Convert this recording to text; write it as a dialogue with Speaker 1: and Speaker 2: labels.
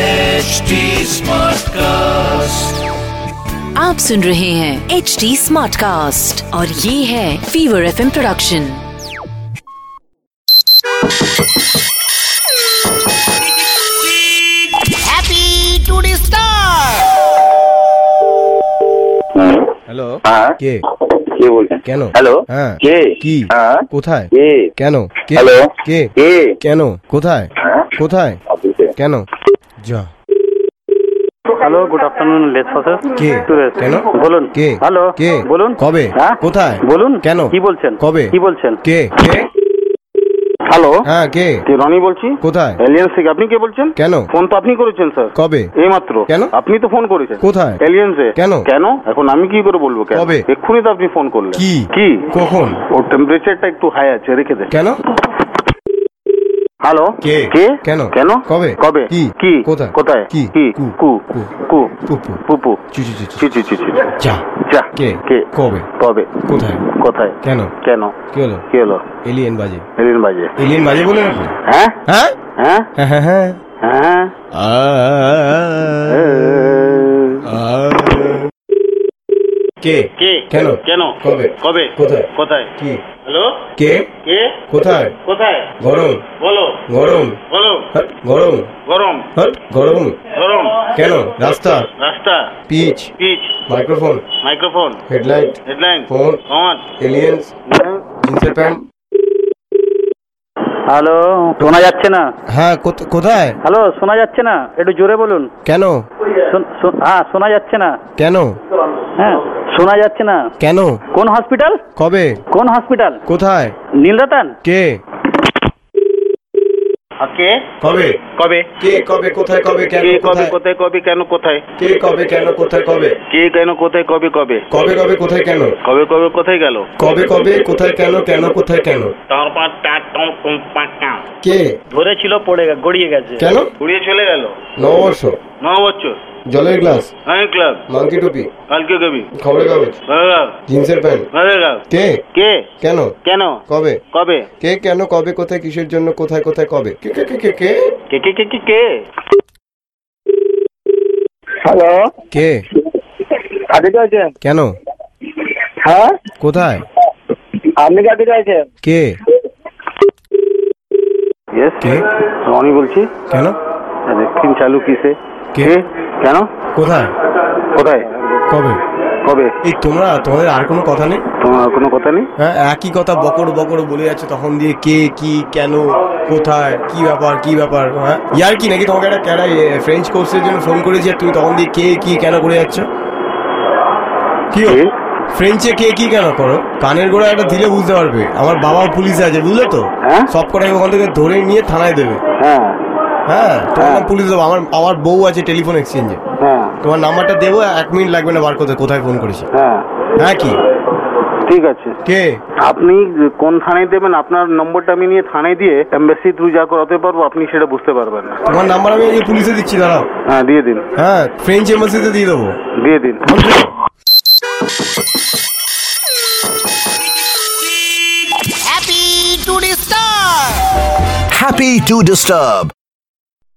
Speaker 1: HD Smartcast.
Speaker 2: आप सुन रहे हैं एच डी स्मार्ट कास्ट और ये है fever F production
Speaker 3: Happy to the star!
Speaker 4: Hello
Speaker 5: হ্যাঁ
Speaker 4: কে
Speaker 5: কে বলছেন
Speaker 4: কেন?
Speaker 5: হ্যালো
Speaker 4: হ্যাঁ।
Speaker 5: কে
Speaker 4: কি?
Speaker 5: হ্যাঁ
Speaker 4: কোথায়
Speaker 5: কে
Speaker 4: কেন কে
Speaker 5: হ্যালো
Speaker 4: কে
Speaker 5: কে
Speaker 4: কেন কোথায়
Speaker 5: হ্যাঁ
Speaker 4: কোথায়
Speaker 5: অফিসে
Speaker 4: কেন যা
Speaker 6: হ্যালো গুড আফটারনুন লেস ফাসার
Speaker 4: কে? কেন?
Speaker 6: বলুন
Speaker 4: কে
Speaker 6: হ্যালো
Speaker 4: কে
Speaker 6: বলুন
Speaker 4: কবে
Speaker 6: হ্যাঁ?
Speaker 4: কোথায়
Speaker 6: বলুন
Speaker 4: কেন
Speaker 6: কি বলছেন
Speaker 4: কবে?
Speaker 6: কি বলছেন
Speaker 4: কে কে
Speaker 6: হ্যালো
Speaker 4: হ্যাঁ কে
Speaker 6: কে রনি বলছি
Speaker 4: কোথায়
Speaker 6: এলিয়েন্স থেকে আপনি কে বলছেন
Speaker 4: কেন
Speaker 6: ফোন তো আপনি করেছেন স্যার
Speaker 4: কবে
Speaker 6: এই মাত্র
Speaker 4: কেন?
Speaker 6: আপনি তো ফোন করেছেন
Speaker 4: কোথায়?
Speaker 6: এলিয়েন্সে
Speaker 4: কেন?
Speaker 6: কেন এখন আমি কি করে বলবো কেন
Speaker 4: কবে?
Speaker 6: এক্ষুনি তো আপনি ফোন করলেন
Speaker 4: কি?
Speaker 6: কি
Speaker 4: কখন
Speaker 6: ওর টেম্পারেচারটা একটু হাই আছে রেখে দেন
Speaker 4: কেন
Speaker 6: হ্যালো
Speaker 4: কে?
Speaker 6: কে
Speaker 4: কেন?
Speaker 6: কেন
Speaker 4: কবে?
Speaker 6: কবে
Speaker 4: কি?
Speaker 6: কি
Speaker 4: কোথায়?
Speaker 6: কোথায়
Speaker 4: কি?
Speaker 6: কি
Speaker 4: কু।
Speaker 6: কু
Speaker 4: কু।
Speaker 6: কু
Speaker 4: পুপু
Speaker 6: পুপু
Speaker 4: চুচু চুচু
Speaker 6: চি চি চি চি
Speaker 4: যা
Speaker 6: যা
Speaker 4: কে
Speaker 6: কে
Speaker 4: কবে
Speaker 6: কবে
Speaker 4: কোথায়
Speaker 6: কোথায়
Speaker 4: কেন
Speaker 6: কেন
Speaker 4: কি হলো
Speaker 6: কি হলো
Speaker 4: এলিয়েন বাজে
Speaker 6: এলিন বাজে
Speaker 4: এলিয়েন বাজে বলে আপনি
Speaker 6: হ্যাঁ
Speaker 4: হ্যাঁ
Speaker 6: হ্যাঁ
Speaker 4: হ্যাঁ হ্যাঁ হ্যাঁ
Speaker 6: হ্যাঁ
Speaker 4: আ,
Speaker 6: এ,
Speaker 4: আ। কে
Speaker 6: কে
Speaker 4: কেন?
Speaker 6: কেন
Speaker 4: কবে?
Speaker 6: কবে
Speaker 4: কোথায়?
Speaker 6: কোথায়
Speaker 4: কি
Speaker 6: হ্যালো
Speaker 4: কে
Speaker 6: কে
Speaker 4: কোথায়
Speaker 6: কোথায়
Speaker 4: গরম
Speaker 6: বলো
Speaker 4: গরম
Speaker 6: বলো
Speaker 4: হট, গরম
Speaker 6: গরম
Speaker 4: হট, গরম
Speaker 6: গরম
Speaker 4: কেন রাস্তা
Speaker 6: রাস্তা
Speaker 4: pitch
Speaker 6: pitch
Speaker 4: microphone
Speaker 6: microphone
Speaker 4: headlight
Speaker 6: headline
Speaker 4: phone
Speaker 6: কমান
Speaker 4: এলিয়েন্স জিন্সের প্যান্ট
Speaker 6: হ্যালো শোনা যাচ্ছে না
Speaker 4: হ্যাঁ কোথ- কোথায়
Speaker 6: হ্যালো শোনা যাচ্ছে না একটু জোরে বলুন
Speaker 4: কেন
Speaker 6: শোন- শোন- হ্যাঁ শোনা যাচ্ছে না
Speaker 4: কেন
Speaker 6: হ্যাঁ শোনা যাচ্ছে না
Speaker 4: কেন
Speaker 6: কোন হসপিটাল
Speaker 4: কবে
Speaker 6: কোন হসপিটাল
Speaker 4: কোথায়
Speaker 6: নীলরাতান
Speaker 4: কে
Speaker 6: কে
Speaker 4: কবে
Speaker 6: কবে
Speaker 4: কে কবে কোথায় কবে কেন
Speaker 6: কে কবে
Speaker 4: কোথায়
Speaker 6: কোথায় কবে কেন কোথায়
Speaker 4: কে কবে কেন কোথায় কবে
Speaker 6: কে কেন কোথায় কবে কবে
Speaker 4: কবে কবে কোথায় কেন
Speaker 6: কবে কবে কোথায় গেল
Speaker 4: কবে কবে কোথায় কেন কেন কোথায় কেন কে
Speaker 6: ধরেছিল পড়ে গে- গড়িয়ে গেছে
Speaker 4: কেন
Speaker 6: গড়িয়ে চলে গেল
Speaker 4: নববর্ষ
Speaker 6: ন বছর
Speaker 4: জলের গ্লাস
Speaker 6: নাইন ক্লাব
Speaker 4: মাংকি টুপি
Speaker 6: কালকে কবি
Speaker 4: খবরের কাগজ জিন্সের প্যান্ট কে
Speaker 6: কে
Speaker 4: কেন
Speaker 6: কেন
Speaker 4: কবে
Speaker 6: কবে
Speaker 4: কে কেন কবে কোথায় কিসের জন্য কোথায় কোথায় কবে কে কে কে কে কে
Speaker 6: কে কে কে কে কে
Speaker 5: হ্যালো
Speaker 4: কে
Speaker 5: কাকে চাইছেন
Speaker 4: কেন
Speaker 5: হ্যাঁ
Speaker 4: কোথায়
Speaker 5: আপনি কাকে চাইছেন
Speaker 4: কে
Speaker 6: यस
Speaker 4: কে?
Speaker 6: রনি বলছি
Speaker 4: কেন
Speaker 6: স্ক্রিন চালু কিসে
Speaker 4: কে
Speaker 6: কেন
Speaker 4: কোথায়
Speaker 6: কোথায়
Speaker 4: কবে
Speaker 6: কবে
Speaker 4: এই তোমরা তোমাদের আর কোনো কথা নেই
Speaker 6: তোমার কোনো কথা নেই
Speaker 4: হ্যাঁ একই কথা বকর বকর বলে যাচ্ছে তখন দিয়ে কে কি কেন কোথায় কি ব্যাপার কি ব্যাপার হ্যাঁ ইয়ার কি নাকি তোমাকে একটা ক্যারা ফ্রেঞ্চ কোর্সের জন্য ফোন করেছি আর তুমি তখন দিয়ে কে কি কেন করে যাচ্ছ কি হলো?
Speaker 6: কে?
Speaker 4: ফ্রেঞ্চে কে কি কেন করো কানের গোড়া একটা দিলে বুঝতে পারবে আমার বাবা পুলিশে আছে বুঝলে তো
Speaker 6: হ্যাঁ?
Speaker 4: সব কটাকে ওখান থেকে ধরে নিয়ে থানায় দেবে
Speaker 6: হ্যাঁ
Speaker 4: হ্যাঁ তোমার
Speaker 6: হ্যাঁ।
Speaker 4: নাম পুলিশ দেবো আমার আমার বউ আছে টেলিফোন এক্সচেঞ্জে
Speaker 6: হ্যাঁ
Speaker 4: তোমার নাম্বারটা দেবো এক মিনিট লাগবে না বার করতে কোথায় ফোন করেছি
Speaker 6: হ্যাঁ
Speaker 4: হ্যাঁ কি
Speaker 6: ঠিক আছে
Speaker 4: কে
Speaker 6: আপনি কোন থানায় দেবেন আপনার নম্বরটা আমি নিয়ে থানায় দিয়ে এমবেসি থ্রু যা করাতে পারবো আপনি সেটা বুঝতে পারবেন না
Speaker 4: তোমার নাম্বার আমি আজকে পুলিশে দিচ্ছি দাঁড়াও
Speaker 6: হ্যাঁ দিয়ে দিন
Speaker 4: হ্যাঁ ফ্রেঞ্চ এম্বাসিতে দিয়ে দেবো
Speaker 6: দিয়ে দিন
Speaker 3: Happy to the star!
Speaker 1: Happy to disturb.